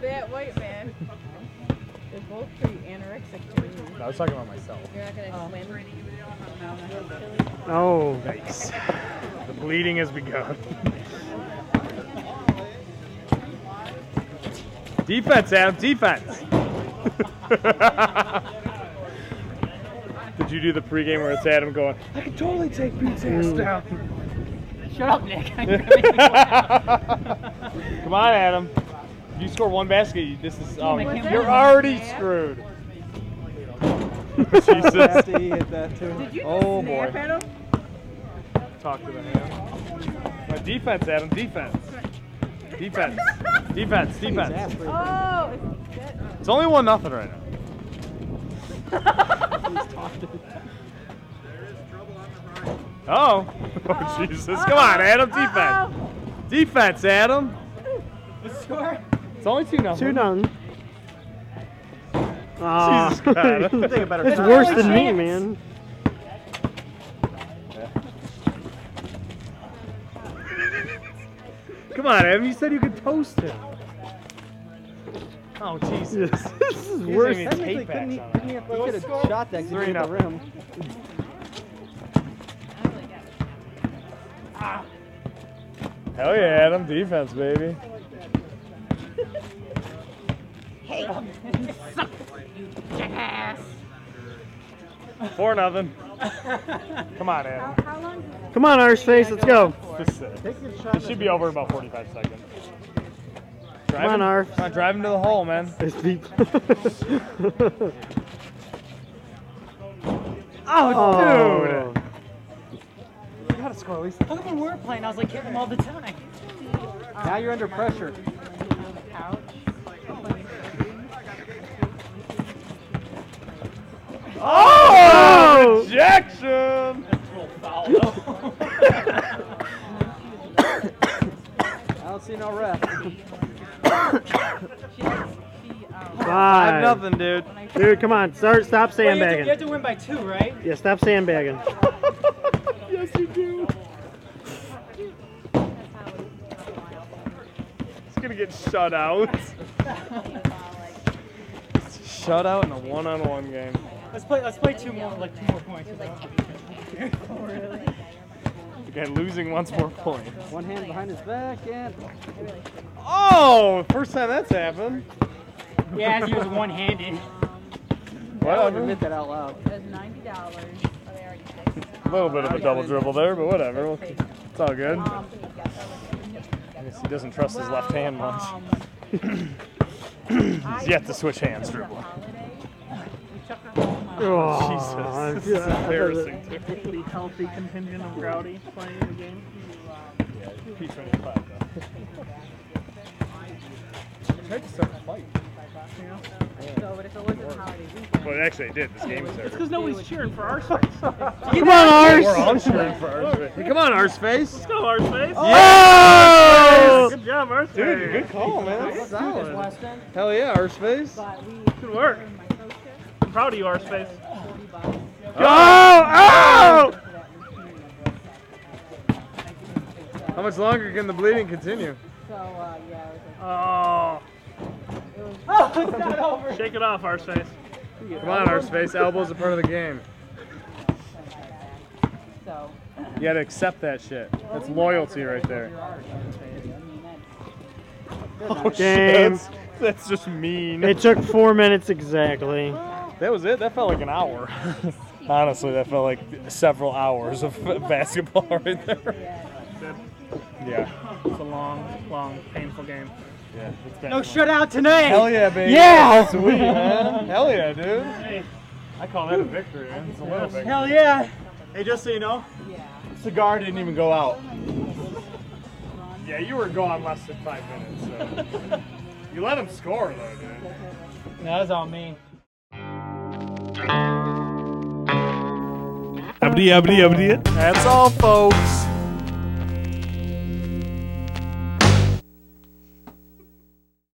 that white man is both pretty anorexic to me. I was talking about myself. You're not gonna swim. Oh, yikes. The bleeding has begun. defense, Adam, defense. Did you do the pregame where it's Adam going, I can totally take BTS down? Shut up, Nick. Come on, Adam. If you score one basket, you- this is. Oh, Was that you're a already snap? screwed. After Jesus. he hit that too. Did you just Oh, snap boy. at him? Talk to them, Adam. My defense, Adam, defense. Defense. Defense, He's defense. after him. Oh, is that, It's only one nothing right now. He's talked to him. Oh. uh-oh. Oh, Jesus. Come on, Adam, Uh-oh. defense. Defense, Adam. Score. It's only two nothing. Two nung. Jesus, Oh, God. Take a better It's shot. worse than me, man. Come on, Adam. You said you could toast him. Oh, Jesus. this is He's worse. even Technically, tape couldn't he, backs on couldn't he that. have hit a shot that could Three hit the nothing. rim? Hell yeah, Adam. Defense, baby. Four nothing. Come on, Adam. How, how long does this Come on, Irish face, let's go. Just sit. Take the shot. This should be over in about 45 seconds. Drive Come on, him- Arf. Come on, drive him to the hole, man. It's deep. Oh, dude. You gotta score at least. Look at when we were playing. I was like, hit them all the time. Now you're under pressure. couch? Oh! Rejection! I don't see no ref. She likes to be, um, Five. dude. when I Dude, come on. Start, stop Wait, you, have to, you have sandbagging. to win by two, right? Yeah, stop sandbagging. Yes, you do. He's gonna get shut out. shut out in a one on one game. Let's play. Let's play two more. Like two more points. you know? Again, losing once more point. One hand behind his back and Oh! First time that's happened. Yeah, as he was one-handed. I don't Whatever. admit that out loud. It was ninety dollars. A little bit of a double dribble there, but whatever. We'll- It's all good. Um, I guess he doesn't trust his left hand well, much. um, He's yet to switch hands dribble. holiday. um, Oh, Jesus, yeah, this I is thought embarrassing. that- completely healthy contingent of rowdy playing the game. P25 though. Tried to start a fight. So, but if it wasn't holiday weekend, Well, actually, I did. This game started. Because nobody's cheering for our face. Come on, We're Ars. on screen for Arse. Come on, Arse face. Go our face. Oh! Good job, our Dude, good call, man. That's solid. Hell yeah, Arse face. Go! but we Good work. I'm proud of you, our space. forty bucks. Oh! How much longer can the bleeding continue? So uh, yeah, it was Oh, like, it was shake it off, our space. Come on, Arse face. Elbows are part of the game. so. You gotta accept that shit. That's loyalty right there. Oh, Game. That's, that's just mean. It took four minutes exactly. That was it. That felt like an hour. Honestly, that felt like several hours of basketball right there. Good. Yeah. It's a long, long, painful game. Yeah. It's been No shutout tonight. Hell yeah, baby. Yeah! Sweet, man. Hell yeah, dude. Hey, I call that a victory, man. It's a little victory. Hell yeah. Hey, just so you know, cigar didn't even go out. Yeah, you were gone less than five minutes. So. you let him score, though, dude. That was all me. That's all, folks.